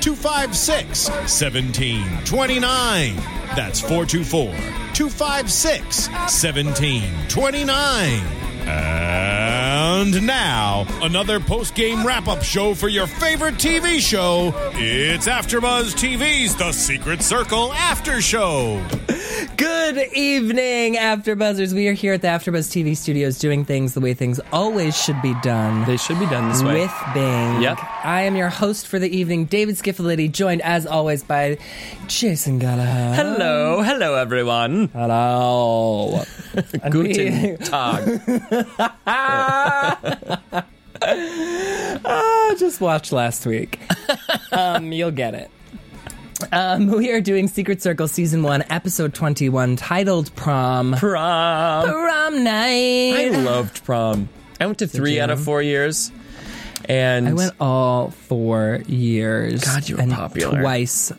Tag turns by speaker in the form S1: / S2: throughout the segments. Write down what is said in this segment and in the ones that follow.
S1: 256 1729. That's 424 256 1729. And now, another post game wrap up show for your favorite TV show. It's AfterBuzz TV's The Secret Circle After Show.
S2: Good evening, AfterBuzzers. We are here at the AfterBuzz TV studios doing things the way things always should be done.
S3: They should be done this way.
S2: with Bing.
S3: Yep.
S2: I am your host for the evening, David Skiffolitti, joined as always by Jason Gallagher.
S3: hello, hello everyone.
S2: Hello.
S3: Guten Tag.
S2: I Ah, just watched last week. um, you'll get it. Um, we are doing Secret Circle Season 1, Episode 21, titled Prom.
S3: Prom.
S2: Prom night.
S3: I loved prom. I went to three out of four years, and
S2: I went all four years.
S3: God, you were
S2: and
S3: popular.
S2: Twice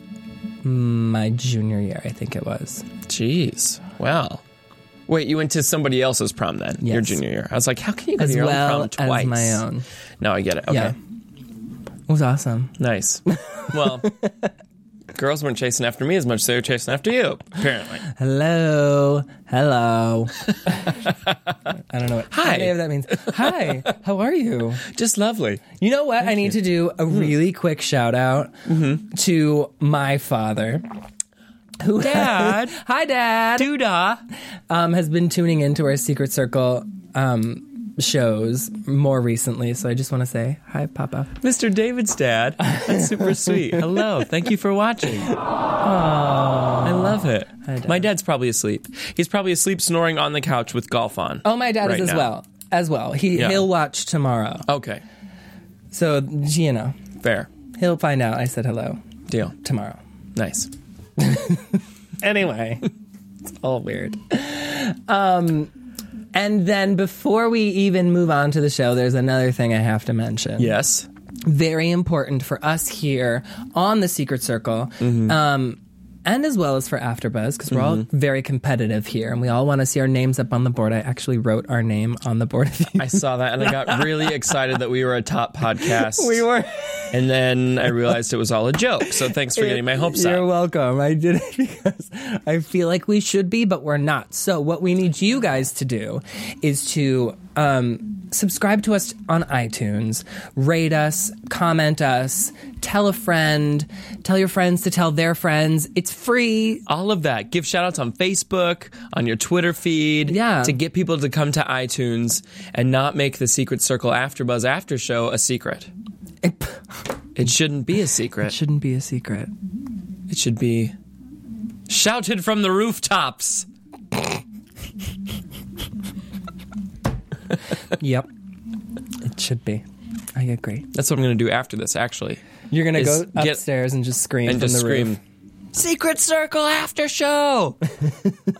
S2: my junior year, I think it was.
S3: Jeez, wow. Wait, you went to somebody else's prom then? Your
S2: Yes.
S3: junior year. I was like, how can you go
S2: As
S3: to your
S2: well
S3: own prom twice?
S2: as my own.
S3: No, I get it. Okay,
S2: Yeah. It was awesome.
S3: nice. Well, girls weren't chasing after me as much as they were chasing after you, apparently.
S2: Hello. Hello. I don't know what
S3: Hi.
S2: any of that means. Hi. How are you?
S3: Just lovely.
S2: You Mm. Mm-hmm. know what? I need to do a really quick shout out to my father. Who
S3: Dad.
S2: Hi, Dad. Duda. Um, has been tuning into our Secret Circle um, shows more recently. So I just want to say hi, Papa.
S3: Mr. David's dad. That's super sweet. Hello. Thank you for watching. I love it.
S2: Dad.
S3: My dad's probably asleep. He's probably asleep snoring on the couch with golf on.
S2: Oh, my dad
S3: Right
S2: is as
S3: now.
S2: well. As well. He,
S3: Yeah.
S2: He'll watch tomorrow.
S3: Okay.
S2: So, you know,
S3: Fair.
S2: he'll find out I said hello
S3: Deal.
S2: tomorrow.
S3: Nice.
S2: anyway, it's all weird. Um, and then before we even move on to the show, there's another thing I have to mention.
S3: Yes.
S2: Very important for us here on the Secret Circle. Um, and as well as for AfterBuzz, because we're all very competitive here, and we all want to see our names up on the board. I actually wrote our name on the board.
S3: I saw that and I got really excited that we were a top podcast.
S2: we were.
S3: And then I realized it was all a joke. So thanks for getting my hopes
S2: You're
S3: up.
S2: welcome. I did it because I feel like we should be, but we're not. So what we need you guys to do is to um, subscribe to us on iTunes, rate us, comment us, tell a friend, tell your friends to tell their friends. It's free.
S3: all of that. Give shout outs on Facebook, on your Twitter feed.
S2: Yeah.
S3: To get people to come to iTunes and not make the Secret Circle After Buzz After Show a secret.
S2: It
S3: It shouldn't be a secret.
S2: shouldn't be a secret.
S3: It should be shouted from the rooftops.
S2: Yep, it should be. I agree.
S3: That's what I'm going to do after this, actually.
S2: You're gonna go
S3: Is- get-
S2: upstairs and just scream
S3: And
S2: from
S3: just
S2: the
S3: scream
S2: roof.
S3: Secret Circle After Show!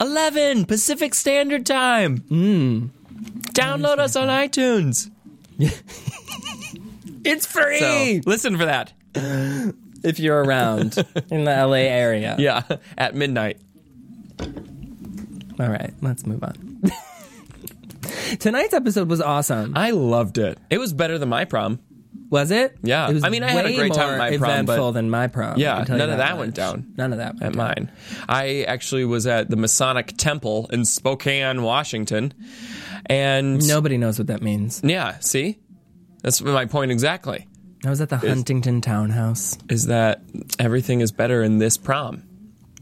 S3: 11 Pacific Standard Time! Mm. Download us on iTunes!
S2: It's free
S3: So, listen for that.
S2: if you're around in the LA area.
S3: Yeah, at midnight.
S2: All right, let's move on. Tonight's episode was awesome.
S3: I loved it. It was better than my prom.
S2: Was it?
S3: Yeah.
S2: It was
S3: I mean, I had a
S2: way
S3: great time at
S2: more
S3: my prom,
S2: eventful
S3: but-
S2: than my prom. I
S3: Yeah,
S2: can tell you
S3: none of that went
S2: much.
S3: down.
S2: None of that went
S3: at
S2: down.
S3: mine. I actually was at the Masonic Temple in Spokane, Washington, and
S2: Nobody knows what that means.
S3: yeah, see, that's my point exactly.
S2: I was at the Huntington Townhouse.
S3: Is that everything is better in this prom?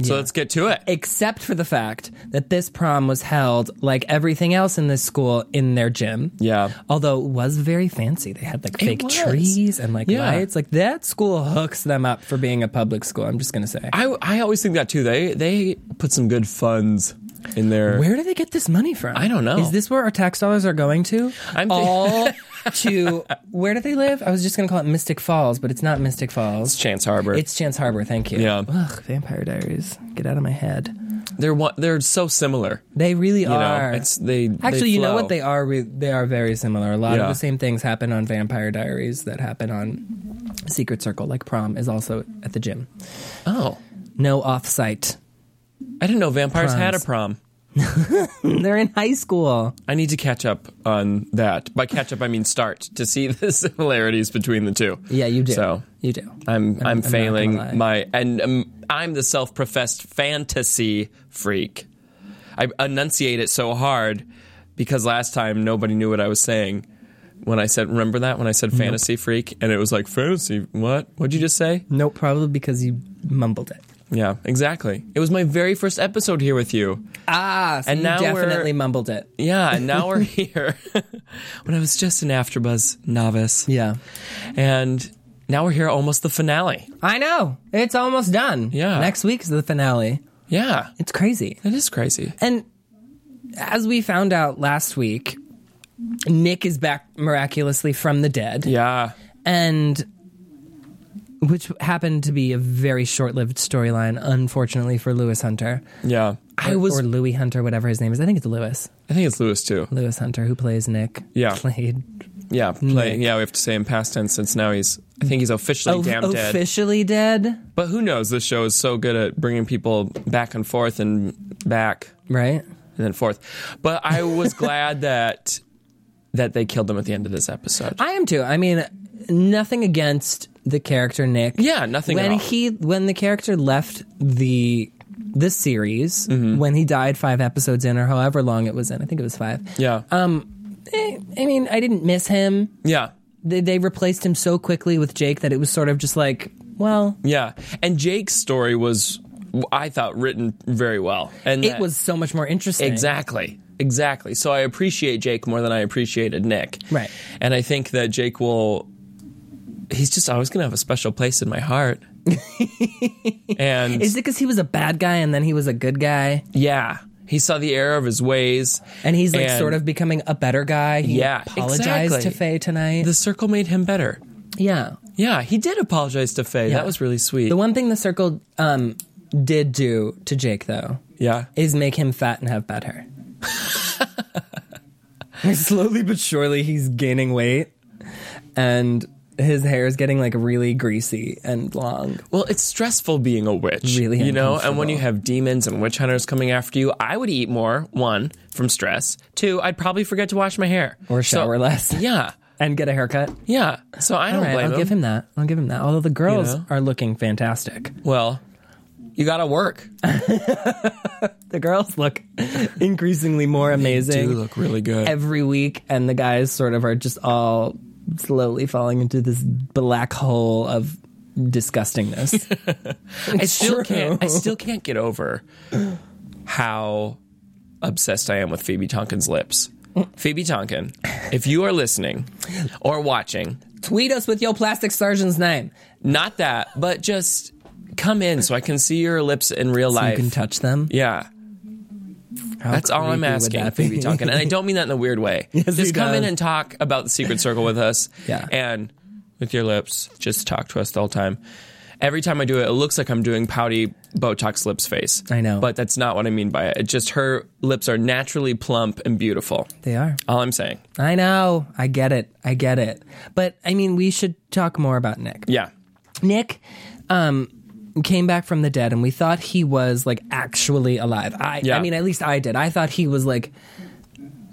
S3: So let's get to it.
S2: except for the fact that this prom was held like everything else in this school in their gym.
S3: Yeah.
S2: Although it was very fancy. They had like fake
S3: was.
S2: trees and like
S3: Yeah.
S2: lights. Like that school hooks them up for being a public school. I'm just going to say.
S3: I, I always think that too. They they put some good funds in there.
S2: where do they get this money from?
S3: I don't know.
S2: Is this where our tax dollars are going to?
S3: I'm thi-
S2: all to where do they live? I was just going to call it Mystic Falls, but it's not Mystic Falls.
S3: Chance Harbor.
S2: It's Chance Harbor. Thank you.
S3: Yeah.
S2: Ugh, Vampire Diaries. Get out of my head.
S3: they're one, they're so similar.
S2: They really
S3: You
S2: are.
S3: know, it's they they
S2: Actually, you know
S3: flow.
S2: what they are? Re- they are very similar. A lot
S3: Yeah.
S2: of the same things happen on Vampire Diaries that happen on Secret Circle. Like prom is also at the gym.
S3: Oh,
S2: No off-site.
S3: I didn't know vampires had a
S2: Proms.
S3: prom.
S2: They're in high school.
S3: I need to catch up on that. By catch up, I mean start to see the similarities between the two.
S2: Yeah, you do.
S3: So
S2: you do.
S3: I'm I'm,
S2: not gonna lie.
S3: failing my and um, I'm the self-professed fantasy freak. I enunciate it so hard because last time nobody knew what I was saying when I said remember that when I said fantasy freak and it was like fantasy what what'd you just say?
S2: Nope, probably because you mumbled it.
S3: Yeah, exactly. It was my very first episode here with you.
S2: Ah, so
S3: And
S2: you
S3: now we're-
S2: definitely mumbled it.
S3: Yeah, and now we're here. when I was just an AfterBuzz novice.
S2: Yeah,
S3: And now we're here almost the finale.
S2: I know. It's almost done.
S3: Yeah.
S2: next week's the finale.
S3: Yeah.
S2: It's crazy.
S3: That is crazy.
S2: And as we found out last week, Nick is back miraculously from the dead.
S3: Yeah.
S2: and which happened to be a very short-lived storyline, unfortunately for Lewis Hunter.
S3: Yeah. I was
S2: or Louis Hunter, whatever his name is. I think it's Lewis.
S3: I think it's Lewis too.
S2: Lewis Hunter, who plays Nick.
S3: Yeah.
S2: played
S3: Yeah. Play, yeah, we have to say in past tense since now he's I think he's officially
S2: O-
S3: damn dead.
S2: officially dead,
S3: But who knows? This show is so good at bringing people back and forth and back
S2: right?
S3: and then forth. But I was glad that that they killed him at the end of this episode.
S2: I am too. I mean, nothing against the character Nick.
S3: yeah, nothing at
S2: when
S3: all.
S2: he when the character left the this series
S3: Mm-hmm.
S2: when he died five episodes in or however long it was in i think it was five
S3: yeah.
S2: eh, i mean i didn't miss him
S3: yeah.
S2: they, they replaced him so quickly with Jake that it was sort of just like, well,
S3: Yeah, and Jake's story was, I thought, written very well, and
S2: it
S3: that-
S2: was so much more interesting.
S3: exactly, exactly. So I appreciate Jake more than I appreciated Nick,
S2: Right.
S3: And I think that Jake will, he's just always going to have a special place in my heart. and
S2: Is it because he was a bad guy and then he was a good guy,
S3: yeah, he saw the error of his ways,
S2: and he's like
S3: And-
S2: sort of becoming a better guy? He
S3: Yeah,
S2: apologized to
S3: exactly.
S2: Faye tonight.
S3: the circle made him better.
S2: yeah,
S3: Yeah, he did apologize to Faye. That was really sweet.
S2: the one thing the circle um, did do to Jake though
S3: yeah,
S2: is make him fat and have bad hair. Slowly but surely, he's gaining weight, and his hair is getting like really greasy and long.
S3: Well, it's stressful being a witch.
S2: Really
S3: you know, and when
S2: uncomfortable.
S3: you have demons and witch hunters coming after you, I would eat more, one, from stress. Two, I'd probably forget to wash my hair.
S2: Or
S3: So-
S2: shower less.
S3: Yeah.
S2: And get a haircut.
S3: Yeah. So I don't
S2: All right,
S3: blame
S2: I'll
S3: him.
S2: give him that. I'll give him that. Although the girls
S3: know?
S2: are looking fantastic.
S3: Well, you gotta work.
S2: The girls look increasingly more amazing
S3: You look really good.
S2: every week, and the guys sort of are just all slowly falling into this black hole of disgustingness.
S3: I still
S2: true.
S3: can't I still can't get over how obsessed I am with Phoebe Tonkin's lips. Phoebe Tonkin, if you are listening or watching,
S2: Tweet us with your plastic surgeon's name.
S3: not that, but just come in so I can see your lips in real
S2: So you
S3: life.
S2: can touch them.
S3: Yeah.
S2: How
S3: That's all I'm
S2: creepy would
S3: asking,
S2: that be?
S3: Phoebe Tonkin. And I don't mean that in a weird way.
S2: he
S3: just come in
S2: does.
S3: and talk about the Secret Circle with us.
S2: Yeah.
S3: And with your lips, just talk to us the whole time. Every time I do it, it looks like I'm doing pouty Botox lips face.
S2: I know.
S3: But that's not what I mean by it. It's just her lips are naturally plump and beautiful.
S2: They are.
S3: All I'm saying.
S2: I know. I get it. I get it. But I mean, we should talk more about Nick.
S3: Yeah.
S2: Nick um, came back from the dead, and we thought he was like actually alive. I,
S3: Yeah.
S2: I mean, at least I did. I thought he was like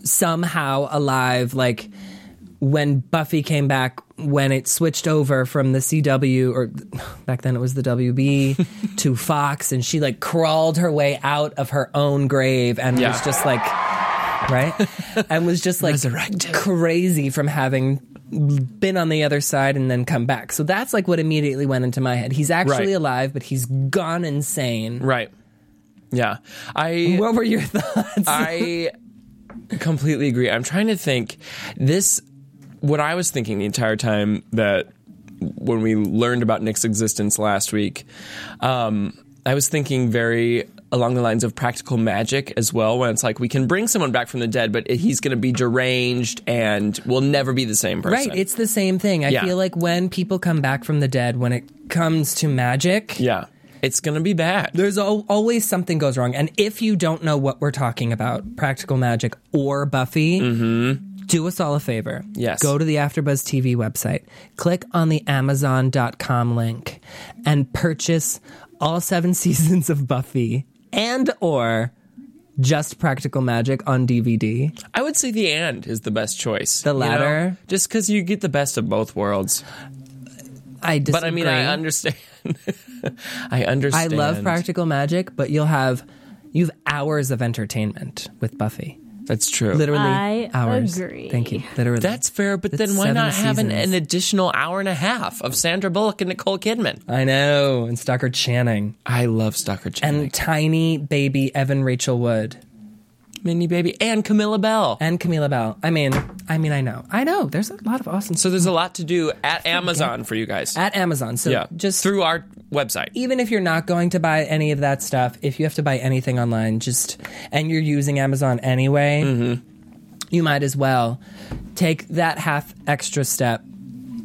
S2: somehow alive. Like when Buffy came back, when it switched over from the CW or back then it was the WB to Fox, and she like crawled her way out of her own grave and
S3: Yeah.
S2: was just like right? and was just like
S3: Resurrected.
S2: crazy from having been on the other side and then come back. So that's like what immediately went into my head. He's actually
S3: Right.
S2: alive, but he's gone insane.
S3: Right. Yeah. I
S2: What were your thoughts?
S3: I completely agree. I'm trying to think this what I was thinking the entire time that when we learned about Nick's existence last week, um, I was thinking very along the lines of practical magic as well, when it's like we can bring someone back from the dead, but he's going to be deranged and will never be the same person.
S2: Right, it's the same thing. I
S3: Yeah.
S2: feel like when people come back from the dead, when it comes to magic,
S3: yeah, it's going to be bad.
S2: there's al- always something goes wrong. And if you don't know what we're talking about, practical magic or Buffy, do us all a favor.
S3: Mm-hmm. Yes.
S2: Go to the AfterBuzz TV website, click on the Amazon.com link, and purchase all seven seasons of Buffy and or just practical magic on DVD.
S3: I would say the and is the best choice.
S2: The
S3: you know?
S2: latter?
S3: just because you get the best of both words.
S2: I disagree.
S3: But I mean, I understand. I
S2: I
S3: understand.
S2: love practical magic, but you'll have you've hours of entertainment with Buffy.
S3: That's true.
S2: Literally
S4: I
S2: hours.
S4: agree.
S2: Thank you. Literally.
S3: That's fair, but
S2: That's
S3: then why
S2: seven
S3: not have an,
S2: seasons.
S3: an additional hour and a half of Sandra Bullock and Nicole Kidman?
S2: I know. And Stockard Channing
S3: I love Stalker Channing.
S2: and tiny baby Evan Rachel Wood
S3: And Minnie Baby and Camilla Bell.
S2: and Camila Bell. I mean, I mean, I know, I know. There's a lot of awesome.
S3: so there's a lot to do at Amazon for you guys.
S2: at Amazon. So
S3: yeah.
S2: just
S3: through our website.
S2: even if you're not going to buy any of that stuff, if you have to buy anything online, just and you're using Amazon anyway, you might as well take that half extra step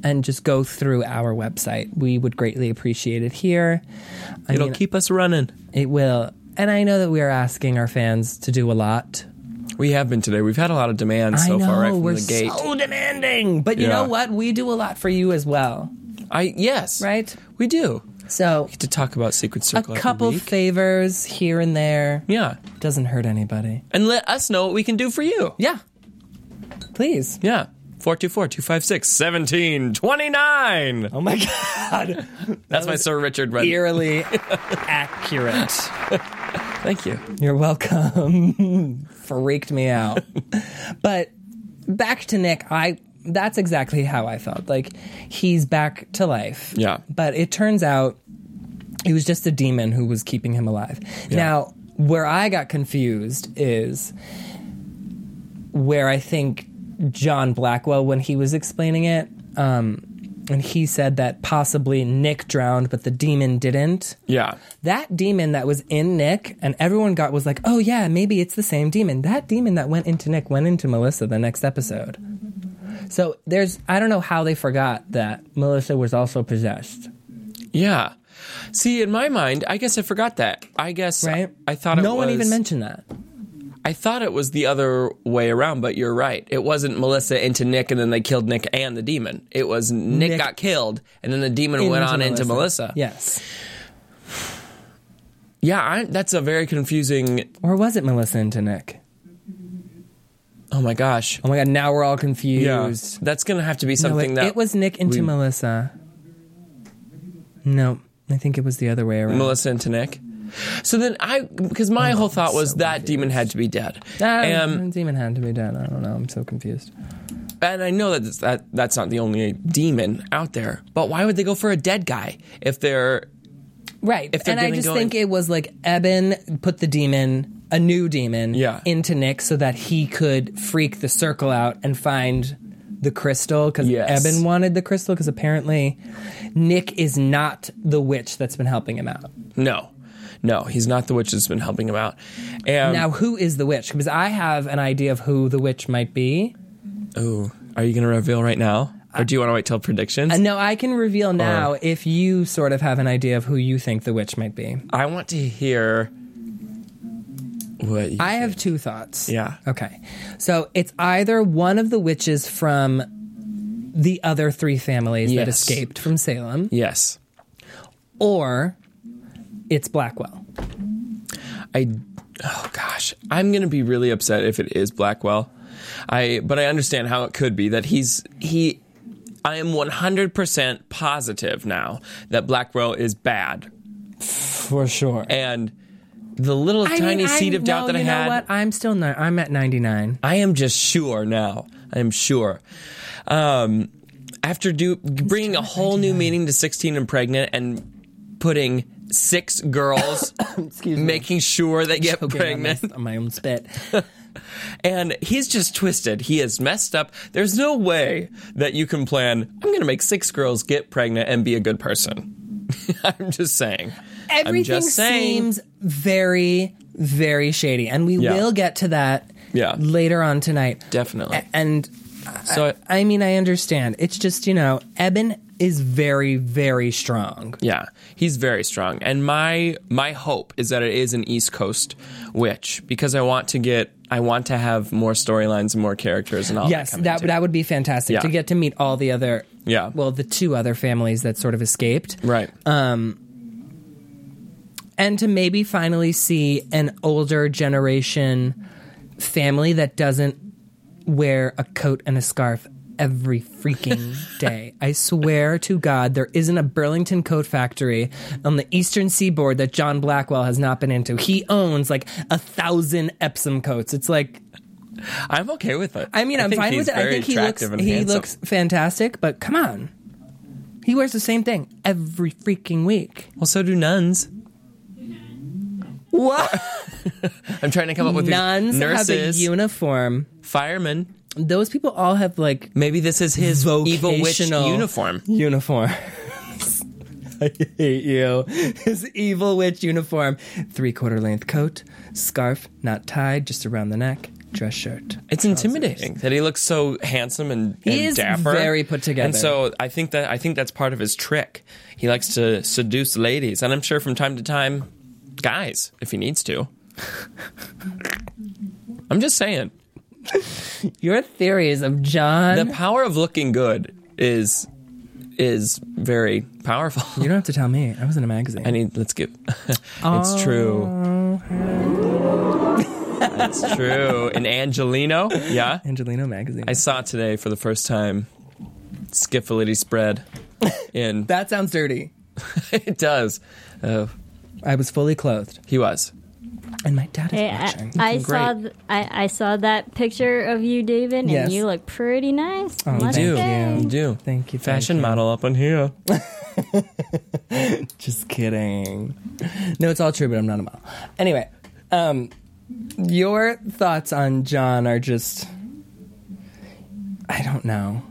S2: and just go through our website. We would greatly appreciate it here. I
S3: It'll
S2: mean,
S3: keep us running.
S2: it will. And I know that we are asking our fans to do a lot.
S3: We have been today. We've had a lot of demand
S2: I
S3: so
S2: know
S3: far right
S2: we're
S3: from the gate.
S2: so demanding, but you know
S3: Yeah.
S2: what? We do a lot for you as well,
S3: I yes.
S2: right?
S3: We do.
S2: So
S3: To talk about Secret
S2: a
S3: Circle. every
S2: couple
S3: week.
S2: favors here and there
S3: yeah.
S2: doesn't hurt anybody.
S3: And let us know what we can do for you.
S2: Yeah. Please.
S3: Yeah. 424 256 1729.
S2: Oh my God.
S3: That's my Sir Richard Red.
S2: Eerily accurate.
S3: Thank you.
S2: You're welcome. Freaked me out. But back to Nick, I that's exactly how I felt. Like he's back to life.
S3: Yeah.
S2: But it turns out it was just a demon who was keeping him alive. Now, where I got confused is where I think John Blackwell, when he was explaining it, um, and he said that possibly Nick drowned, but the demon didn't
S3: Yeah.
S2: that demon that was in Nick and everyone got was like, oh yeah, maybe it's the same demon. That demon that went into Nick went into Melissa the next episode. So there's, I don't know how they forgot that Melissa was also possessed,
S3: Yeah. See, in my mind, I guess I forgot that. I guess
S2: right?
S3: I, thought it
S2: no
S3: was,
S2: one even mentioned that.
S3: I thought it was the other way around, but you're right. It wasn't Melissa into Nick and then they killed Nick and the demon. It was Nick,
S2: Nick-
S3: got killed and then the demon went on into Melissa.
S2: Yes,
S3: Yeah, I, that's a very confusing.
S2: or was it Melissa into Nick?
S3: Oh my gosh.
S2: Oh my god, now we're all confused.
S3: That's going to have to be
S2: No,
S3: something
S2: it,
S3: that
S2: it was Nick into
S3: we-
S2: Melissa. No, I think it was the other way around.
S3: Melissa and Nick. So then I, because
S2: Oh,
S3: my whole thought was that demon had to be dead.
S2: Ah,
S3: and,
S2: demon had to be done. I don't know. I'm so confused.
S3: and I know that, it's- that that's not the only demon out there, but why would they go for a dead guy if they're,
S2: Right.
S3: if they're
S2: and I
S3: gonna
S2: just
S3: go
S2: think
S3: in-
S2: it was like Eben put the demon, a new demon,
S3: Yeah.
S2: into Nick so that he could freak the circle out and find the crystal because
S3: Yes.
S2: Eben wanted the crystal because apparently Nick is not the witch that's been helping him out.
S3: no, no, he's not the witch that's been helping him out. And,
S2: now, who is the witch? Because I have an idea of who the witch might be.
S3: ooh, are you going to reveal right now? Or do you want to wait till predictions?
S2: Uh, No, I can reveal now if you sort of have an idea of who you think the witch might be.
S3: I want to hear what you,
S2: I have two thoughts.
S3: Yeah.
S2: Okay. So it's either one of the witches from the other three families that
S3: Yes.
S2: escaped from Salem,
S3: yes.
S2: or it's Blackwell.
S3: I oh gosh, I'm gonna be really upset if it is Blackwell. I but I understand how it could be that he's he. I am 100% positive now that Blackwell is bad,
S2: For sure.
S3: and the little tiny seed of doubt that I
S2: you know
S3: had,
S2: what? I'm still not. I'm at 99.
S3: I am just sure now. I am sure. Um, after do bringing a whole new meaning to 16 and pregnant and putting six girls
S2: Excuse me.
S3: making sure they get
S2: Choking on
S3: pregnant
S2: my- on my own spit.
S3: and he's just twisted. He is messed up. There's no way that you can plan. I'm going to make six girls get pregnant and be a good person. I'm just saying.
S2: Everything
S3: just saying.
S2: seems very, very shady, and we
S3: Yeah.
S2: will get to that
S3: Yeah.
S2: later on tonight.
S3: Definitely.
S2: A- and
S3: So I-
S2: I mean, I understand. It's just you know, Eben is very, very strong.
S3: yeah, he's very strong. And my my hope is that it is an East Coast witch because I want to get I want to have more storylines and more characters and all
S2: yes,
S3: that. coming
S2: that
S3: too.
S2: that would be fantastic
S3: Yeah.
S2: to get to meet all the other.
S3: Yeah.
S2: Well, the two other families that sort of escaped.
S3: right.
S2: uh, and to maybe finally see an older generation family that doesn't wear a coat and a scarf every freaking day. I swear to God, there isn't a Burlington coat factory on the eastern seaboard that John Blackwell has not been into. He owns like a thousand Epsom coats. It's like
S3: I'm okay with it.
S2: I mean, I'm
S3: think
S2: fine
S3: he's
S2: with it. I
S3: very
S2: think he looks
S3: attractive and
S2: he
S3: handsome.
S2: looks fantastic, but come on. He wears the same thing every freaking week.
S3: Well, so do nuns.
S2: What?
S3: I'm trying to come up with these-
S2: Nuns have a
S3: nurses,
S2: uniform.
S3: firemen.
S2: those people all have like
S3: Maybe this is his evil witch
S2: vocational
S3: uniform.
S2: Uniform. I hate you. His evil witch uniform. Three quarter length coat, scarf not tied, just around the neck, dress shirt.
S3: It's intimidating that he looks so handsome and,
S2: He
S3: and
S2: is
S3: dapper.
S2: very put together.
S3: And so I think that I think that's part of his trick. He likes to seduce ladies, and I'm sure from time to time, guys, if he needs to. I'm just saying,
S2: Your theories of John.
S3: the power of looking good is is very powerful.
S2: you don't have to tell me. I was in a magazine.
S3: I need. Let's get.
S2: Oh.
S3: it's true. it's true. And Angelino, yeah.
S2: Angelino magazine.
S3: I saw today for the first time skiffality spread in
S2: that sounds dirty.
S3: it does uh,
S2: I was fully clothed,
S3: he was
S2: and my dad is
S4: Hey, I,
S2: watching.
S4: I
S3: Great.
S4: saw th- I, I saw that picture of you, David,
S2: Yes.
S4: and you look pretty nice.
S2: Oh, thank
S4: Let's
S3: do
S4: say.
S3: you do
S2: Thank you, thank
S3: fashion
S2: you.
S3: model up in here
S2: Just kidding. No, it's all true, but I'm not a model. Anyway, um, your thoughts on John are just. I don't know.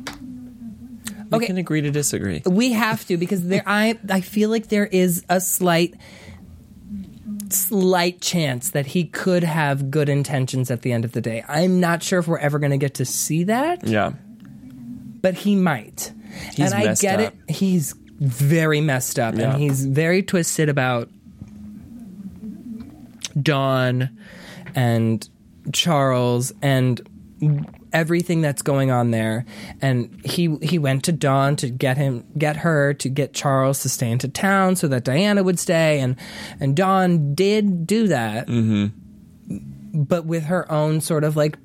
S3: we can agree to disagree
S2: We have to because there. I I feel like there is a slight, slight chance that he could have good intentions at the end of the day. I'm not sure if we're ever going to get to see that,
S3: yeah
S2: but he might.
S3: He's
S2: and I
S3: messed
S2: get
S3: up.
S2: it. He's very messed up,
S3: Yeah.
S2: and he's very twisted about Dawn and Charles and everything that's going on there. And he he went to Dawn to get him get her to get Charles to stay into town so that Diana would stay, and and Dawn did do that, but with her own sort of like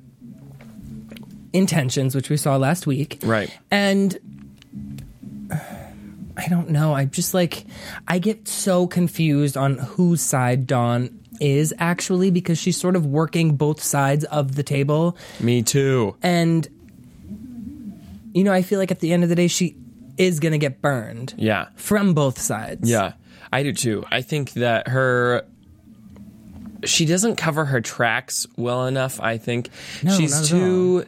S2: intentions, which we saw last week,
S3: Right.
S2: And I don't know. I just like I get so confused on whose side Dawn is actually because she's sort of working both sides of the table
S3: me too
S2: and you know, I feel like at the end of the day she is going to get burned.
S3: yeah
S2: From both sides.
S3: yeah i do too i think that her she doesn't cover her tracks well enough i think
S2: No,
S3: she's
S2: not at
S3: too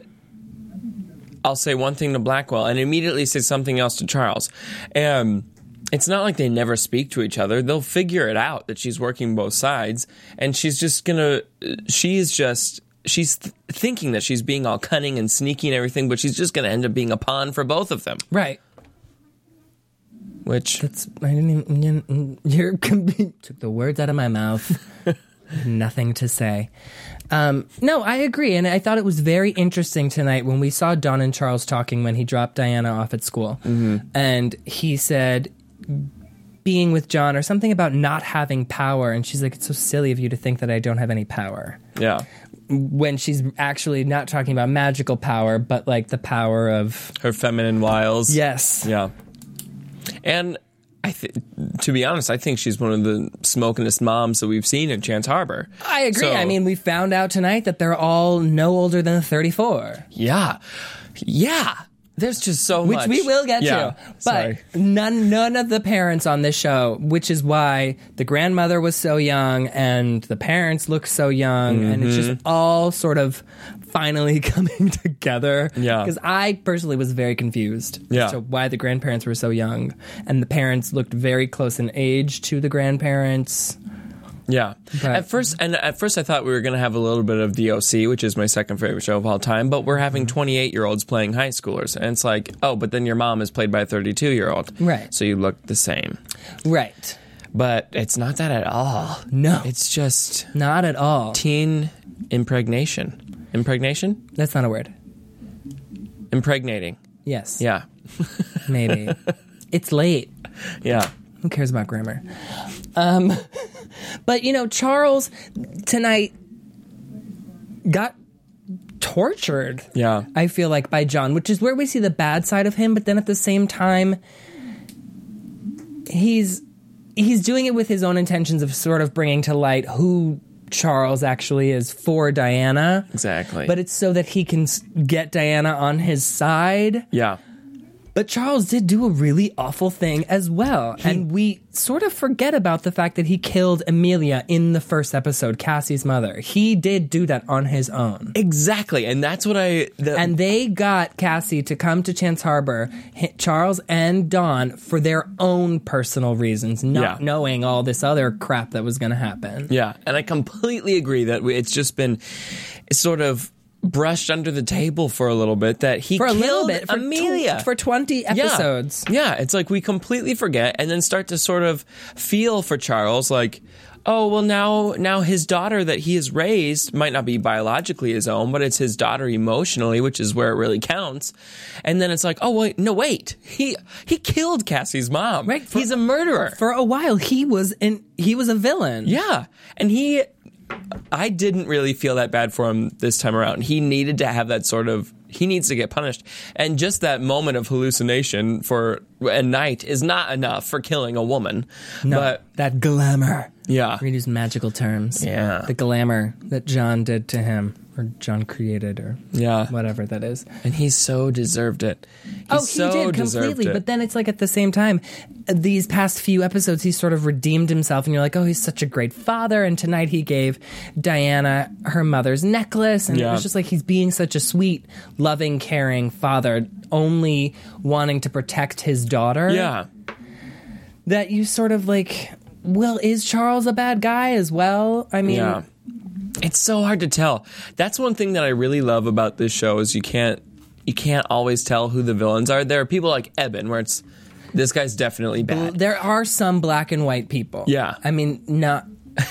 S3: i'll say one thing to blackwell and immediately say something else to charles um it's not like they never speak to each other. They'll figure it out that she's working both sides, and she's just gonna. She's just she's th- thinking that she's being all cunning and sneaky and everything, but she's just gonna end up being a pawn for both of them.
S2: Right.
S3: Which
S2: It's, I didn't even. You're, you took the words out of my mouth. Nothing to say. Um, no, I agree. And I thought it was very interesting tonight when we saw Don and Charles talking when he dropped Diana off at school. And he said, being with John or something about not having power. And she's like, it's so silly of you to think that I don't have any power.
S3: yeah,
S2: When she's actually not talking about magical power, but like the power of.
S3: her feminine wiles.
S2: Yes.
S3: Yeah. And I th- to be honest, I think she's one of the smokingest moms that we've seen in Chance Harbor.
S2: I agree.
S3: So-
S2: I mean, we found out tonight that they're all no older than 34.
S3: yeah. Yeah. There's just so
S2: which
S3: much.
S2: we will get
S3: Yeah,
S2: to. But
S3: sorry. Mm-hmm. Yeah.
S2: because I personally was very confused
S3: Yeah.
S2: as to why the grandparents were so young and the parents looked very close in age to the grandparents.
S3: Yeah.
S2: Right.
S3: At first, and at first, I thought we were going to have a little bit of DOC, which is my second favorite show of all time. But we're having
S2: Mm-hmm.
S3: twenty-eight-year-olds playing high schoolers, and it's like, oh, but then your mom is played by a thirty-two-year-old,
S2: Right.
S3: So you look the same,
S2: Right?
S3: but it's not that at all.
S2: No,
S3: It's just
S2: not at all.
S3: teen impregnation, impregnation,
S2: That's not a word.
S3: impregnating.
S2: Yes.
S3: Yeah,
S2: Maybe. it's late.
S3: yeah,
S2: Who cares about grammar? Um, but you know, Charles tonight got tortured.
S3: yeah.
S2: I feel like by John, which is where we see the bad side of him, but then at the same time, he's he's doing it with his own intentions of sort of bringing to light who Charles actually is for Diana.
S3: Exactly.
S2: But it's so that he can s- get Diana on his side.
S3: yeah.
S2: But Charles did do a really awful thing as well. and we sort of forget about the fact that he killed Amelia in the first episode, Cassie's mother. He did do that on his own.
S3: Exactly, and that's what I. The,
S2: And they got Cassie to come to Chance Harbor, hi- Charles and Dawn, for their own personal reasons, not
S3: Yeah.
S2: knowing all this other crap that was going to happen.
S3: Yeah, and I completely agree that we- it's just been sort of brushed under the table for a little bit that he
S2: For a
S3: killed
S2: little bit, for, tw-
S3: Amelia
S2: for 20
S3: Yeah.
S2: episodes.
S3: Yeah, it's like we completely forget and then start to sort of feel for Charles like oh well now now his daughter that he has raised might not be biologically his own but it's his daughter emotionally which is where it really counts and then it's like oh wait no wait he he killed Cassie's mom
S2: Right, for-
S3: he's a murderer
S2: For a while, he was in, he was a villain.
S3: yeah. And he, I didn't really feel that bad for him this time around. He needed to have that sort of, he needs to get punished. And just that moment of hallucination for a night is not enough for killing a woman.
S2: No,
S3: But
S2: that glamour.
S3: yeah.
S2: We're gonna use magical terms.
S3: Yeah.
S2: The glamour that John did to him, or John created, or
S3: Yeah.
S2: whatever that is.
S3: And he so deserved it. He
S2: oh, he
S3: so
S2: did
S3: deserved
S2: completely.
S3: it.
S2: But then it's like at the same time, these past few episodes, he sort of redeemed himself, and you're like, oh, he's such a great father. And tonight he gave Diana her mother's necklace, and it
S3: Yeah.
S2: was just like he's being such a sweet, loving, caring father, only wanting to protect his daughter.
S3: yeah.
S2: That you sort of like. Well, is Charles a bad guy as well? I mean,
S3: Yeah. It's so hard to tell. That's one thing that I really love about this show is you can't you can't always tell who the villains are. There are people like Eben where it's this guy's definitely bad.
S2: There are some black and white people.
S3: Yeah.
S2: I mean, not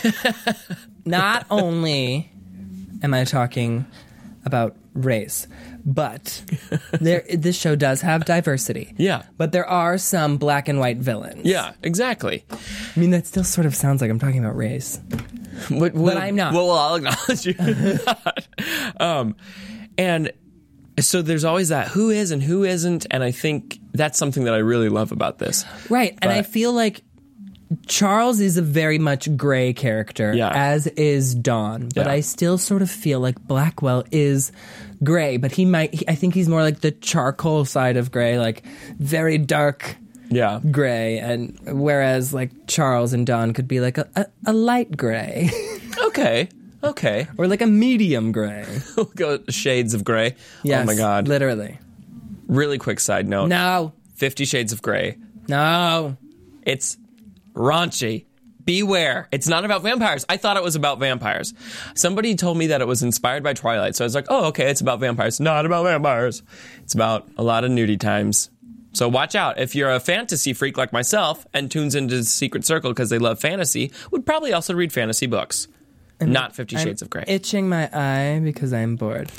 S2: not only am I talking about race, but there this show does have diversity.
S3: Yeah.
S2: But there are some black and white villains.
S3: Yeah, exactly.
S2: I mean, that still sort of sounds like I'm talking about race.
S3: But, we'll-
S2: I'm not.
S3: Well, I'll acknowledge you. um, and so there's always that who is and who isn't, and I think that's something that I really love about this.
S2: Right. and I
S3: But-
S2: feel like Charles is a very much gray character,
S3: Yeah.
S2: as is Dawn. But
S3: Yeah.
S2: I still sort of feel like Blackwell is gray, but he might, he, I think he's more like the charcoal side of gray, like very dark
S3: Yeah,
S2: gray. And whereas like Charles and Dawn could be like a, a, a light gray
S3: okay, okay.
S2: or like a medium gray.
S3: We'll go shades of gray.
S2: Yes,
S3: oh my god!
S2: Literally.
S3: really quick side note:
S2: No,
S3: Fifty Shades of Grey.
S2: no.
S3: It's raunchy. Beware. It's not about vampires. I thought it was about vampires. Somebody told me that it was inspired by Twilight. So I was like, oh, okay, it's about vampires. Not about vampires. It's about a lot of nudie times. So watch out. If you're a fantasy freak like myself and tunes into Secret Circle because they love fantasy, would probably also read fantasy books. not Fifty Shades
S2: I'm
S3: of Grey.
S2: Itching my eye because I'm bored.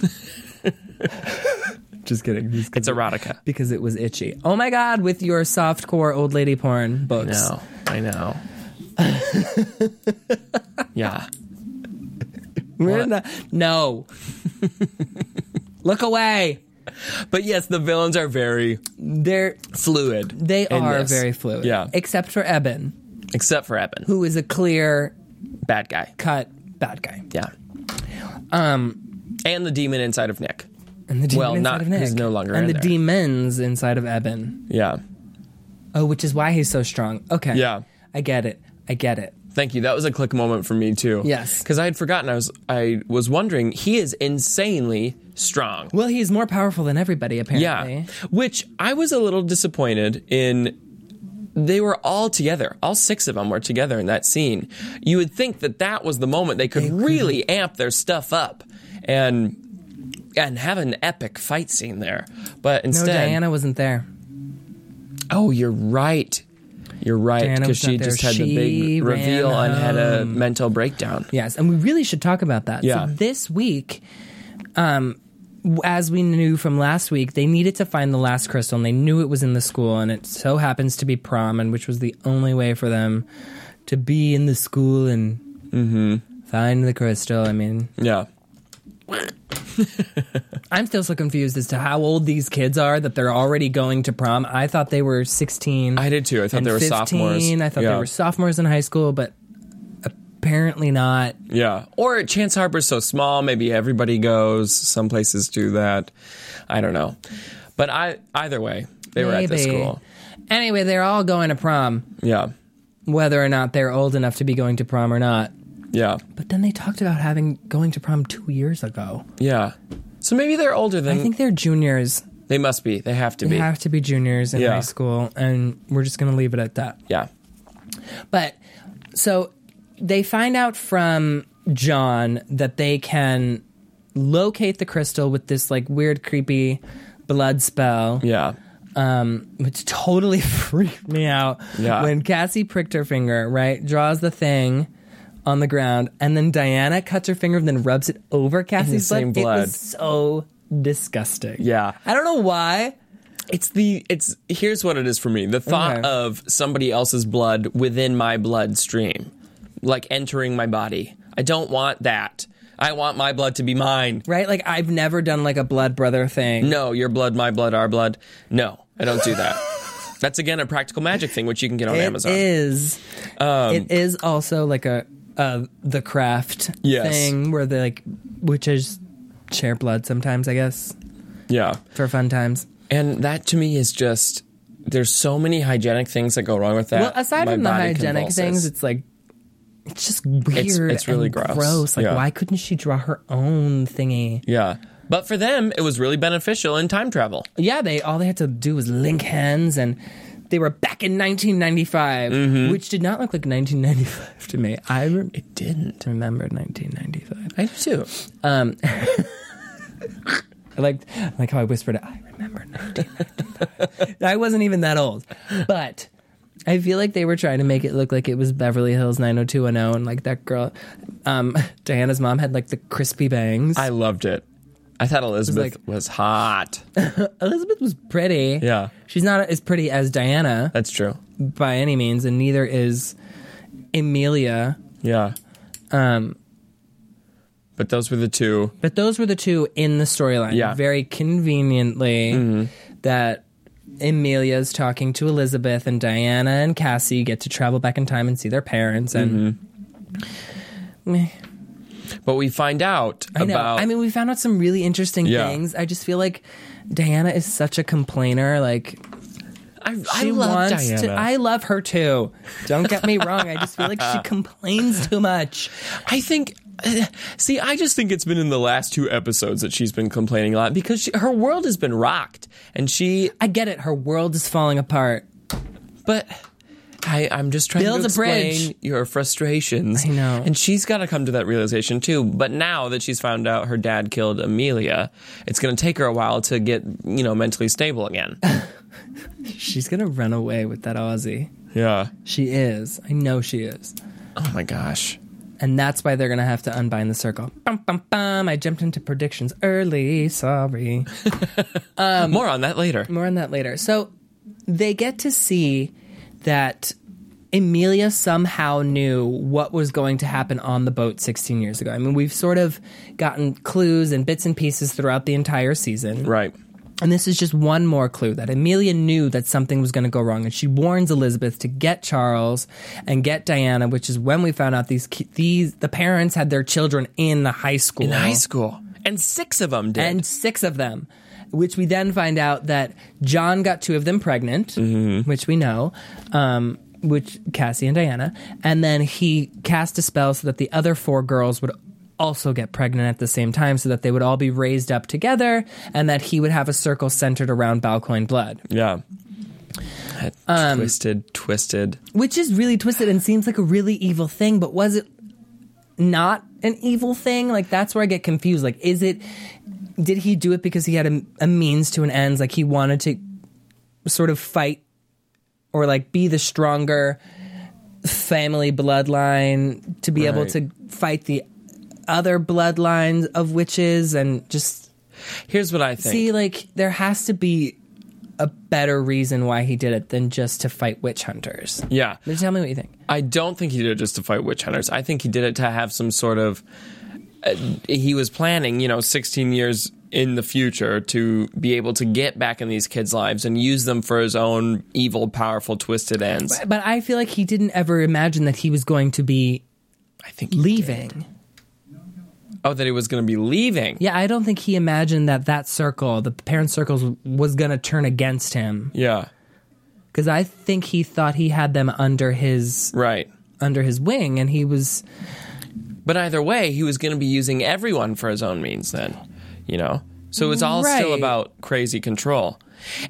S2: Just kidding. Just
S3: it's erotica.
S2: because it was itchy. Oh my god, with your softcore old lady porn books.
S3: No, I know. yeah.
S2: We're not- no. Look away.
S3: But yes, the villains are very
S2: They're
S3: fluid.
S2: they
S3: in
S2: are
S3: this.
S2: very fluid.
S3: Yeah.
S2: Except for Eben,
S3: Except for Eben.
S2: who is a clear
S3: bad guy.
S2: cut bad guy.
S3: Yeah. Um, and the demon inside of Nick.
S2: and the demon
S3: Well,
S2: inside
S3: not-
S2: of Nick,
S3: who's no longer
S2: and
S3: in
S2: the
S3: there.
S2: demons inside of Eben.
S3: Yeah.
S2: Oh, which is why he's so strong. Okay,
S3: Yeah.
S2: I get it. I get it.
S3: Thank you. That was a click moment for me too.
S2: Yes.
S3: Because I had forgotten. I was I was wondering. He is insanely strong.
S2: Well, he's more powerful than everybody apparently.
S3: Yeah. Which I was a little disappointed in. They were all together. All six of them were together in that scene. You would think that that was the moment they could really amp their stuff up and and have an epic fight scene there. But
S2: No,
S3: instead,
S2: Diana wasn't there.
S3: oh, you're right. You're right
S2: Diana
S3: because
S2: was not
S3: she
S2: there.
S3: just had the
S2: She
S3: big
S2: ran
S3: reveal and had a mental breakdown.
S2: Yes, and we really should talk about that.
S3: Yeah.
S2: So this week, um, w- as we knew from last week, they needed to find the last crystal, and they knew it was in the school, and it so happens to be prom, and which was the only way for them to be in the school and
S3: Mm-hmm.
S2: find the crystal. I mean,
S3: Yeah.
S2: I'm still so confused as to how old these kids are that they're already going to prom. I thought they were 16.
S3: I did too. I thought
S2: and
S3: they were
S2: 15.
S3: sophomores.
S2: I thought
S3: yeah.
S2: they were sophomores in high school, but apparently not.
S3: Yeah. Or Chance Harbor's so small, maybe everybody goes. Some places do that. I don't know. But I either way, they were at the
S2: Maybe.
S3: school.
S2: Anyway, they're all going to prom.
S3: Yeah.
S2: whether or not they're old enough to be going to prom or not.
S3: Yeah.
S2: But then they talked about having going to prom two years ago.
S3: Yeah. So maybe they're older
S2: I
S3: than
S2: think they're juniors.
S3: they must be. They have to
S2: They
S3: be.
S2: have to be juniors in
S3: Yeah.
S2: high school, and we're just going to leave it at that.
S3: yeah.
S2: But so they find out from John that they can locate the crystal with this like weird, creepy blood spell.
S3: Yeah.
S2: which totally freaked me out
S3: Yeah.
S2: when Cassie pricked her finger, right? Draws the thing on the ground, and then Diana cuts her finger and then rubs it over Cassie's
S3: same
S2: blood. It
S3: blood.
S2: was so disgusting.
S3: Yeah.
S2: I don't know why.
S3: It's the it's here's what it is for me. The thought
S2: Okay.
S3: of somebody else's blood within my bloodstream, like entering my body. I don't want that. I want my blood to be mine.
S2: Right? Like I've never done like a blood brother thing.
S3: no, your blood, my blood, our blood. No, I don't do that. That's again a practical magic thing, which you can get on
S2: It
S3: Amazon. Um,
S2: is. it is also like a uh, the craft
S3: Yes.
S2: thing where they like witches share blood sometimes, I guess,
S3: Yeah.
S2: for fun times.
S3: And that to me is just, there's so many hygienic things that go wrong with that.
S2: Well, aside
S3: My
S2: from the
S3: body
S2: hygienic
S3: convulses.
S2: things, it's like it's just weird.
S3: It's- it's really
S2: and
S3: gross.
S2: Like,
S3: Yeah.
S2: why couldn't she draw her own thingy?
S3: yeah. But for them, it was really beneficial in time travel.
S2: Yeah, they all they had to do was link hands, and they were back in 1995, which did not look like 1995 to me. I re-
S3: Mm-hmm. It didn't.
S2: remember 1995.
S3: I do too.
S2: I liked I like how I whispered it. I remember 1995. I wasn't even that old, but. I feel like they were trying to make it look like it was Beverly Hills 90210 and like that girl um Diana's mom had like the crispy bangs.
S3: I loved it. I thought Elizabeth
S2: like-
S3: was hot.
S2: Elizabeth was pretty.
S3: Yeah.
S2: She's not as pretty as Diana
S3: That's true.
S2: by any means, and neither is Amelia.
S3: Yeah.
S2: Um,
S3: But those were the two.
S2: but those were the two in the storyline.
S3: Yeah. Mm-hmm.
S2: Very conveniently that Amelia's talking to Elizabeth and Diana and Cassie get to travel back in time and see their parents and
S3: Mm-hmm.
S2: Meh.
S3: But we find out
S2: I know.
S3: about.
S2: I mean, we found out some really interesting
S3: Yeah.
S2: things. I just feel like Diana is such a complainer. Like,
S3: I, I
S2: She
S3: love
S2: wants
S3: Diana.
S2: to. I love her too. Don't get me wrong. I just feel like she complains too much.
S3: I think. See, I just think it's been in the last two episodes that she's been complaining a lot because she, her world has been rocked, and she.
S2: I get it. Her world is falling apart.
S3: But I, I'm just trying
S2: Build
S3: to
S2: a bridge.
S3: explain your frustrations.
S2: I know.
S3: and she's got to come to that realization too. But now that she's found out her dad killed Amelia, it's going to take her a while to get you know mentally stable again.
S2: She's gonna run away with that Aussie.
S3: yeah.
S2: She is. I know she is.
S3: Oh my gosh.
S2: And that's why they're gonna have to unbind the circle. Bum bum bum. I jumped into predictions early. Sorry.
S3: Um, More on that later.
S2: More on that later. So they get to see that Emilia somehow knew what was going to happen on the boat 16 years ago. I mean, we've sort of gotten clues and bits and pieces throughout the entire season.
S3: Right.
S2: And this is just one more clue that Amelia knew that something was going to go wrong, and she warns Elizabeth to get Charles and get Diana, which is when we found out these ki- these the parents had their children in the high school.
S3: In high school. And And six of them did.
S2: and six of them, which we then find out that John got two of them pregnant, which we know, um, which Cassie and Diana, and then he cast a spell so that the other four girls would also get pregnant at the same time, so that they would all be raised up together, and that he would have a circle centered around Balcoin blood,
S3: yeah. That twisted, twisted.
S2: which is really twisted and seems like a really evil thing, but was it not an evil thing? Like that's where I get confused. Like, is it? Did he do it because he had a, a means to an ends? Like he wanted to sort of fight or like be the stronger family bloodline to be able
S3: Right.
S2: to fight the other bloodlines of witches and just
S3: Here's what I think.
S2: see like there has to be a better reason why he did it than just to fight witch hunters.
S3: yeah.
S2: But tell me what you think.
S3: I don't think he did it just to fight witch hunters. I think he did it to have some sort of. Uh, he was planning, you know, 16 years in the future to be able to get back in these kids' lives and use them for his own evil, powerful, twisted ends.
S2: But I feel like he didn't ever imagine that he was going to be
S3: I think.
S2: leaving.
S3: Oh, that he was going to be leaving.
S2: Yeah, I don't think he imagined that that circle, the parent circles, was going to turn against him
S3: Yeah.
S2: because I think he thought he had them under his
S3: Right.
S2: under his wing, and he was
S3: But either way, he was going to be using everyone for his own means then, you know? So it's all still
S2: Right.
S3: about crazy control.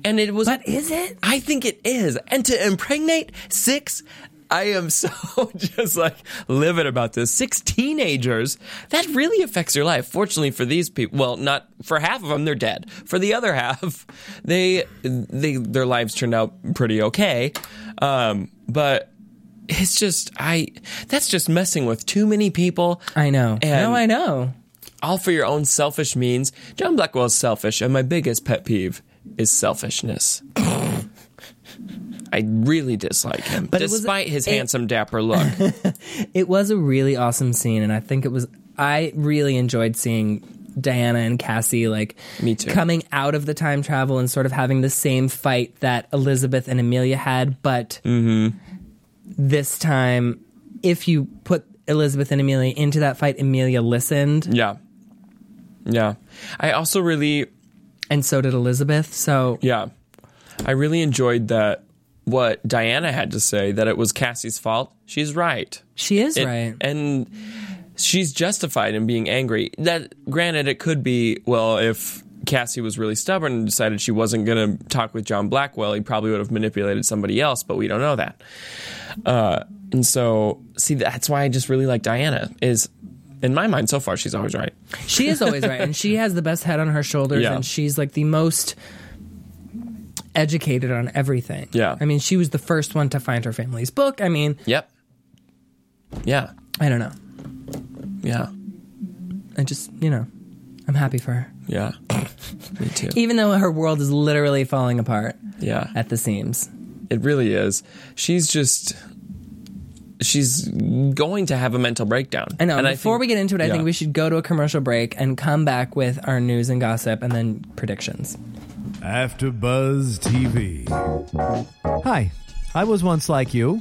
S3: And it was.
S2: But is it?
S3: I think it is. And to impregnate six, I am so just like livid about this. Six teenagers, that really affects your life. Fortunately for these people, well, not for half of them, they're dead. For the other half, they, they their lives turned out pretty okay. Um, but it's just, I, that's just messing with too many people
S2: I know.
S3: And-
S2: no, I know.
S3: all for your own selfish means. John Blackwell's selfish, and my biggest pet peeve is selfishness. I really dislike him,
S2: But it was-
S3: despite his
S2: it-
S3: handsome, dapper look.
S2: It was a really awesome scene, and I think it was. I really enjoyed seeing Diana and Cassie like
S3: Me too.
S2: coming out of the time travel and sort of having the same fight that Elizabeth and Amelia had, but
S3: Mm-hmm.
S2: this time, if you put Elizabeth and Amelia into that fight, Amelia listened,
S3: yeah, yeah. I also really,
S2: and so did Elizabeth. So
S3: yeah, I really enjoyed that what Diana had to say that it was Cassie's fault. She's right.
S2: she is
S3: It-
S2: right.
S3: And she's justified in being angry. That granted, it could be well if. Cassie was really stubborn and decided she wasn't going to talk with John Blackwell. He probably would have manipulated somebody else, but we don't know that. Uh, and so, see, that's why I just really like Diana. Is in my mind so far, she's always right.
S2: She is always right, and she has the best head on her shoulders,
S3: Yeah.
S2: and she's like the most educated on everything.
S3: Yeah.
S2: I mean, she was the first one to find her family's book. I mean,
S3: Yep. Yeah.
S2: I don't know.
S3: Yeah.
S2: I just, you know, I'm happy for her.
S3: Yeah. Me too.
S2: Even though her world is literally falling apart
S3: Yeah.
S2: at the seams.
S3: It really is. She's just she's going to have a mental breakdown.
S2: I know.
S3: And
S2: before
S3: think-
S2: we get into it, I
S3: yeah.
S2: think we should go to a commercial break and come back with our news and gossip and then predictions.
S5: After Buzz TV.
S6: Hi, I was once like you,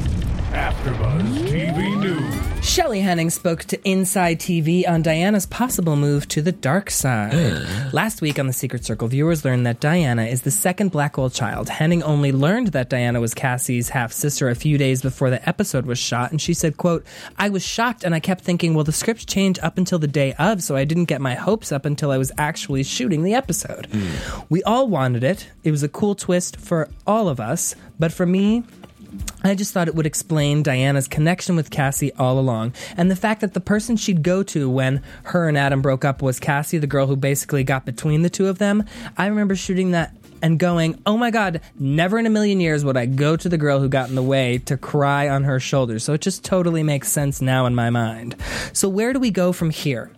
S5: AfterBuzz TV News.
S2: Shelly Henning spoke to Inside TV on Diana's possible move to the dark side. Last week on The Secret Circle, viewers learned that Diana is the second Blackwell child. Henning only learned that Diana was Cassie's half sister a few days before the episode was shot, and she said, quote, I was shocked and I kept thinking, will the script change up until the day of, so I didn't get my hopes up until I was actually shooting the episode. We all wanted it. It was a cool twist for all of us, but for me, I just thought it would explain Diana's connection with Cassie all along, and the fact that the person she'd go to when her and Adam broke up was Cassie, the girl who basically got between the two of them. I remember shooting that and going, oh my god, never in a million years would I go to the girl who got in the way to cry on her shoulder. So it just totally makes sense now in my mind. So, where do we go from here?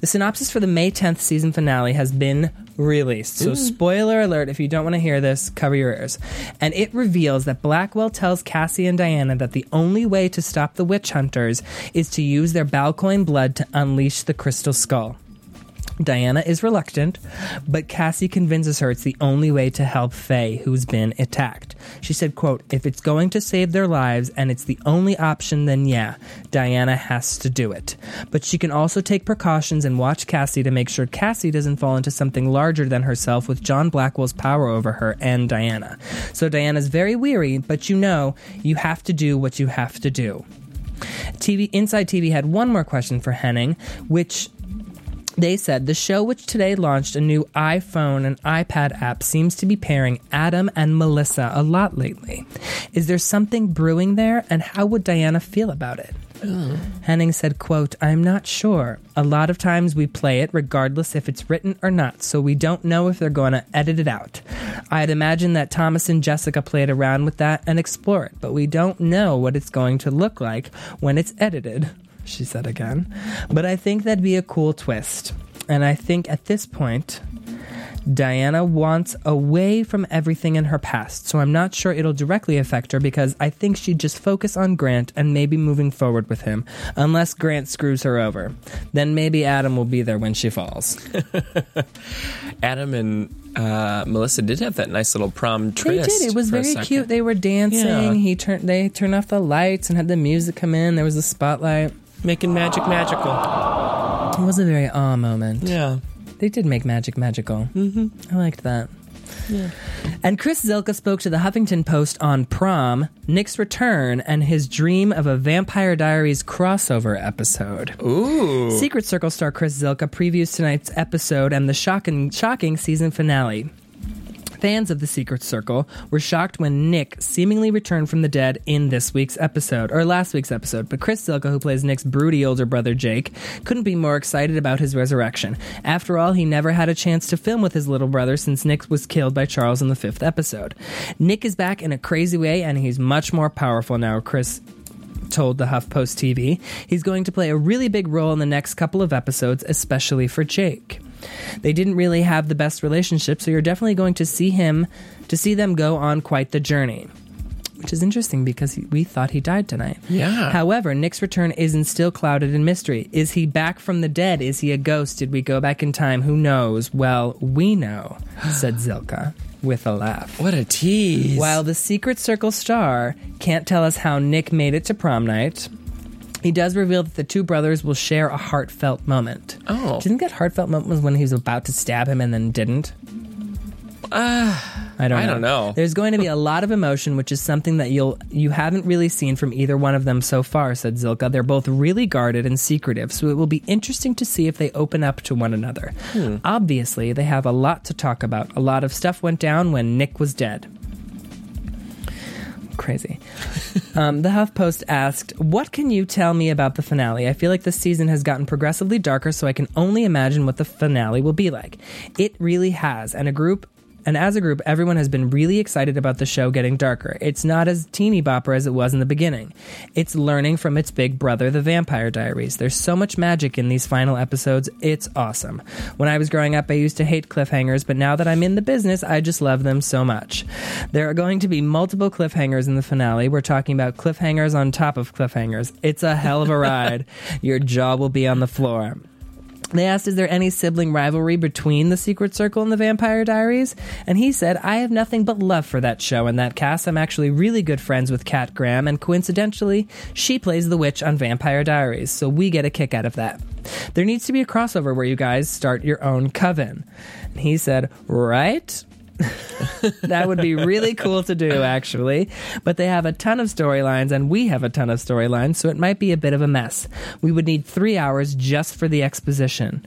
S2: The synopsis for the May 10th season finale has been released. So, spoiler alert if you don't want to hear this, cover your ears. And it reveals that Blackwell tells Cassie and Diana that the only way to stop the witch hunters is to use their Balcoin blood to unleash the crystal skull. Diana is reluctant, but Cassie convinces her it's the only way to help Faye, who's been attacked. She said, quote, If it's going to save their lives and it's the only option, then yeah, Diana has to do it. But she can also take precautions and watch Cassie to make sure Cassie doesn't fall into something larger than herself with John Blackwell's power over her and Diana. So Diana's very weary, but you know, you have to do what you have to do. TV Inside TV had one more question for Henning, which they said the show, which today launched a new iPhone and iPad app, seems to be pairing Adam and Melissa a lot lately. Is there something brewing there, and how would Diana feel about it? Henning said, quote, I'm not sure. A lot of times we play it regardless if it's written or not, so we don't know if they're going to edit it out. I'd imagine that Thomas and Jessica played around with that and explore it, but we don't know what it's going to look like when it's edited, she said again. But I think that'd be a cool twist. And I think at this point, Diana wants away from everything in her past, so I'm not sure it'll directly affect her because I think she'd just focus on Grant and maybe moving forward with him, unless Grant screws her over. Then maybe Adam will be there when she falls.
S3: Adam and uh, Melissa did have that nice little prom
S2: They
S3: tryst.
S2: did. It was
S3: for a
S2: very
S3: second.
S2: cute. They were dancing.
S3: Yeah.
S2: He turned. They turned off the lights and had the music come in. There was a spotlight.
S3: making magic magical.
S2: It was a very awe moment.
S3: Yeah.
S2: They did make magic magical. Mm-hmm. I liked that. And Chris Zilka spoke to the Huffington Post on prom, Nick's return, and his dream of a Vampire Diaries crossover episode. Ooh. Secret Circle star Chris Zilka previews tonight's episode and the shocking, shocking season finale. Fans of The Secret Circle were shocked when Nick seemingly returned from the dead in this week's episode, or last week's episode, but Chris Silka, who plays Nick's broody older brother Jake, couldn't be more excited about his resurrection. After all, he never had a chance to film with his little brother since Nick was killed by Charles in the fifth episode. Nick is back in a crazy way, and he's much more powerful now, Chris told the HuffPost TV. He's going to play a really big role in the next couple of episodes, especially for Jake. They didn't really have the best relationship, so you're definitely going to see him to see them go on quite the journey. Which is interesting because he- we thought he died tonight.
S3: Yeah.
S2: However, Nick's return isn't still clouded in mystery. Is he back from the dead? Is he a ghost? Did we go back in time? Who knows? Well, we know, said Zilka with a laugh.
S3: What a tease.
S2: While the Secret Circle star can't tell us how Nick made it to prom night, he does reveal that the two brothers will share a heartfelt moment.
S3: Oh.
S2: Do you think that heartfelt moment was when he was about to stab him and then didn't? I don't know.
S3: I don't know.
S2: There's going to be a lot of emotion, which is something that you'll you haven't really seen from either one of them so far, said Zilka. They're both really guarded and secretive, so it will be interesting to see if they open up to one another.
S3: Hmm.
S2: Obviously, they have a lot to talk about. A lot of stuff went down when Nick was dead crazy. Um, the HuffPost asked, "What can you tell me about the finale? I feel like this season has gotten progressively darker, so I can only imagine what the finale will be like. It really has, and a group." And as a group, everyone has been really excited about the show getting darker. It's not as teeny bopper as it was in the beginning. It's learning from its big brother, The Vampire Diaries. There's so much magic in these final episodes. It's awesome. When I was growing up, I used to hate cliffhangers, but now that I'm in the business, I just love them so much. There are going to be multiple cliffhangers in the finale. We're talking about cliffhangers on top of cliffhangers. It's a hell of a ride. Your jaw will be on the floor. They asked, Is there any sibling rivalry between The Secret Circle and The Vampire Diaries? And he said, I have nothing but love for that show and that cast. I'm actually really good friends with Kat Graham, and coincidentally, she plays the witch on Vampire Diaries, so we get a kick out of that. There needs to be a crossover where you guys start your own coven. And he said, Right? that would be really cool to do, actually. But they have a ton of storylines, and we have a ton of storylines, so it might be a bit of a mess. We would need three hours just for the exposition.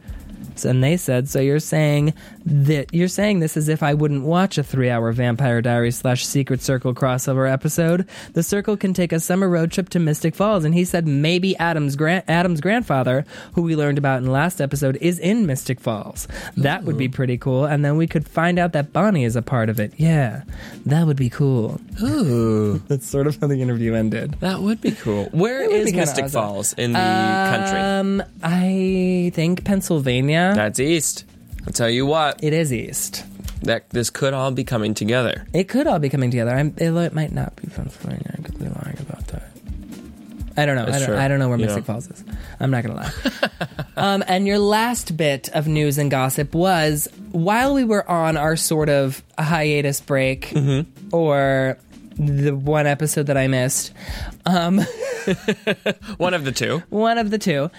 S2: So- And they said, "So you're saying that you're saying this as if I wouldn't watch a three-hour Vampire Diaries slash Secret Circle crossover episode? The Circle can take a summer road trip to Mystic Falls." And he said, "Maybe Adam's gran- Adam's grandfather, who we learned about in last episode, is in Mystic Falls. That would be pretty cool. And then we could find out that Bonnie is a part of it. Yeah, that would be cool.
S3: Ooh,
S2: That's sort of how the interview ended."
S3: that would be cool. Where
S2: It would be
S3: is
S2: kinda
S3: Mystic
S2: awesome.
S3: Falls in the country?
S2: Um, I think Pennsylvania.
S3: That's east. I'll tell you what.
S2: it is east.
S3: That this could all be coming together.
S2: It could all be coming together. I'm, it, li- might not be Pennsylvania. I could be lying about that. I don't know.
S3: That's
S2: I don't,
S3: true.
S2: I don't know where
S3: You
S2: Mystic
S3: know.
S2: Falls is. I'm not going to lie. um, and your last bit of news and gossip was while we were on our sort of hiatus break
S3: Mm-hmm.
S2: or the one episode that I missed,
S3: One of the two.
S2: one of the two.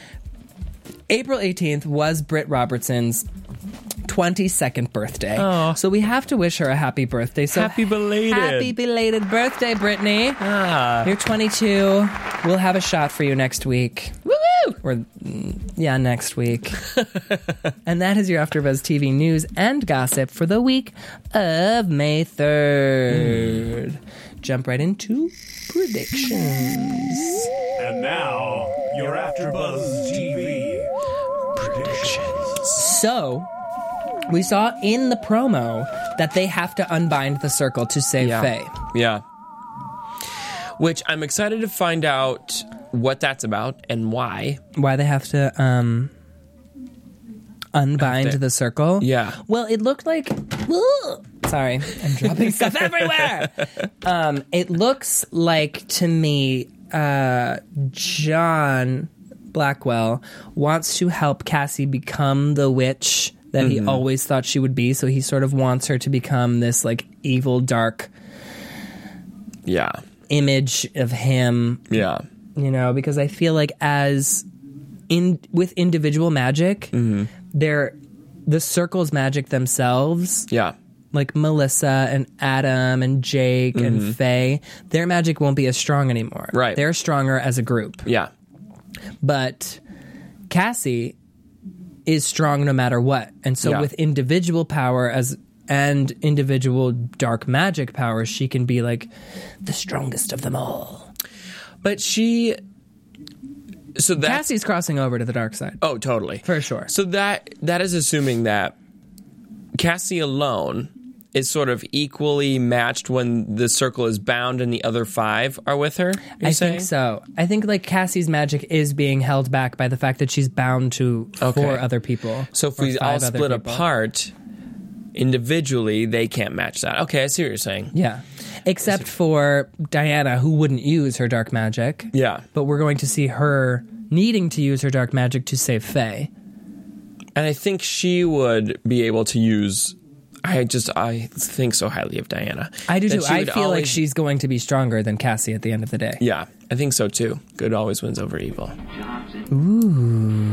S2: April 18th was Britt Robertson's 22nd birthday. So we have to wish her a happy birthday. So
S3: Happy belated.
S2: Happy belated birthday, Brittany. You're 22. We'll have a shot for you next week. Woo! Or mm, yeah, next week. and that is your AfterBuzz TV news and gossip for the week of May 3rd. Jump right into predictions.
S7: And now, your AfterBuzz TV predictions.
S2: So we saw in the promo that they have to unbind the circle to save Faye.
S3: Yeah. Which I'm excited to find out what that's about and why.
S2: Why they have to um unbind
S3: Have to-
S2: the circle?
S3: Yeah.
S2: Well, it looked like sorry, I'm dropping stuff everywhere. Um it looks like to me uh John Blackwell wants to help Cassie become the witch that
S3: Mm-hmm.
S2: he always thought she would be, so he sort of wants her to become this like evil dark
S3: Yeah.
S2: image of him,
S3: Yeah.
S2: you know, because I feel like as in with individual magic,
S3: Mm-hmm.
S2: they're the circles magic themselves,
S3: Yeah.
S2: like Melissa and Adam and Jake and Faye, their magic won't be as strong anymore.
S3: Mm-hmm. Right.
S2: They're stronger as a group.
S3: Yeah.
S2: But Cassie is strong no matter what. And so
S3: Yeah.
S2: with individual power as and individual dark magic powers, she can be like the strongest of them all.
S3: But she. So that.
S2: Cassie's crossing over to the dark side.
S3: Oh, totally.
S2: For sure.
S3: So that that is assuming that Cassie alone is sort of equally matched when the circle is bound and the other five are with her.
S2: I think so. I think like Cassie's magic is being held back by the fact that she's bound to four other people.
S3: So if
S2: or
S3: we all
S2: five other
S3: split
S2: people.
S3: apart individually, they can't match that. Okay, I see what you're saying.
S2: Yeah. Except for Diana, who wouldn't use her dark magic.
S3: Yeah.
S2: But we're going to see her needing to use her dark magic to save Faye.
S3: And I think she would be able to use. I just I think so highly of Diana.
S2: I do
S3: That
S2: too.
S3: she
S2: I
S3: would
S2: feel like
S3: always-
S2: she's going to be stronger than Cassie at the end of the day.
S3: Yeah, I think so too. Good always wins over evil.
S8: Johnson.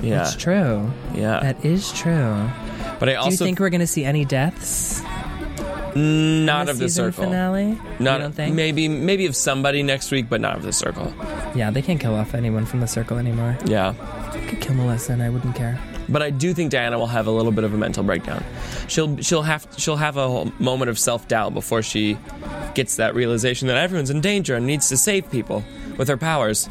S3: Yeah,
S2: That's true.
S3: yeah.
S2: That is true.
S3: but
S2: Do
S3: I
S2: you
S3: also
S2: think we're going to see any deaths? in
S3: not
S2: the
S3: of the
S2: season
S3: circle.
S2: finale.
S3: Not
S2: you don't think?
S3: maybe maybe of somebody next week, but not of the circle.
S2: Yeah, they can't kill off anyone from the circle anymore.
S3: Yeah,
S2: I could kill Melissa and I wouldn't care.
S3: but I do think Diana will have a little bit of a mental breakdown. She'll she'll have she'll have a whole moment of self doubt before she gets that realization that everyone's in danger and needs to save people with her powers.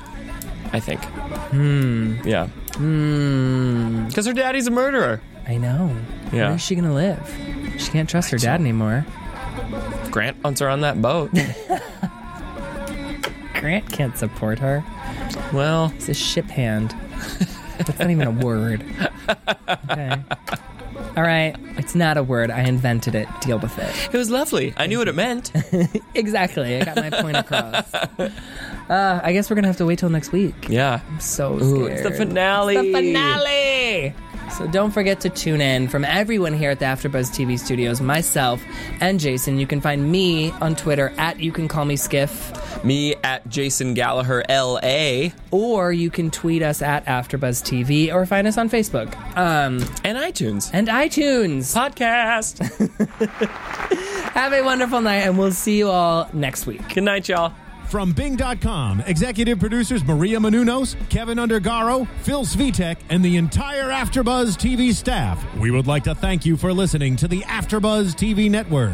S3: I think. Hmm. Yeah. Hmm. Because her daddy's a murderer.
S2: I know.
S3: Yeah.
S2: Where is she gonna live? She can't trust her dad anymore.
S3: Grant wants her on that boat.
S2: Grant can't support her.
S3: well,
S2: He's a ship hand. That's not even a word. Okay. All right. It's not a word. I invented it. Deal with it.
S3: it was lovely. I knew what it meant.
S2: Exactly. I got my point across. Uh, I guess we're gonna have to wait till next week.
S3: Yeah.
S2: I'm so scared.
S3: Ooh, it's the finale.
S2: The finale. So don't forget to tune in. From everyone here at the AfterBuzz TV studios, myself and Jason, you can find me on Twitter at You Can Call Me Skiff,
S3: Me at Jason Gallagher LA.
S2: or you can tweet us at AfterBuzz TV, or find us on Facebook um,
S3: And iTunes.
S2: and iTunes.
S3: Podcast.
S2: Have a wonderful night, and we'll see you all next week.
S3: Good night, y'all.
S1: From Bing.com, executive producers Maria Manunos, Kevin Undergaro, Phil Svitek, and the entire Afterbuzz TV staff. We would like to thank you for listening to the Afterbuzz TV network.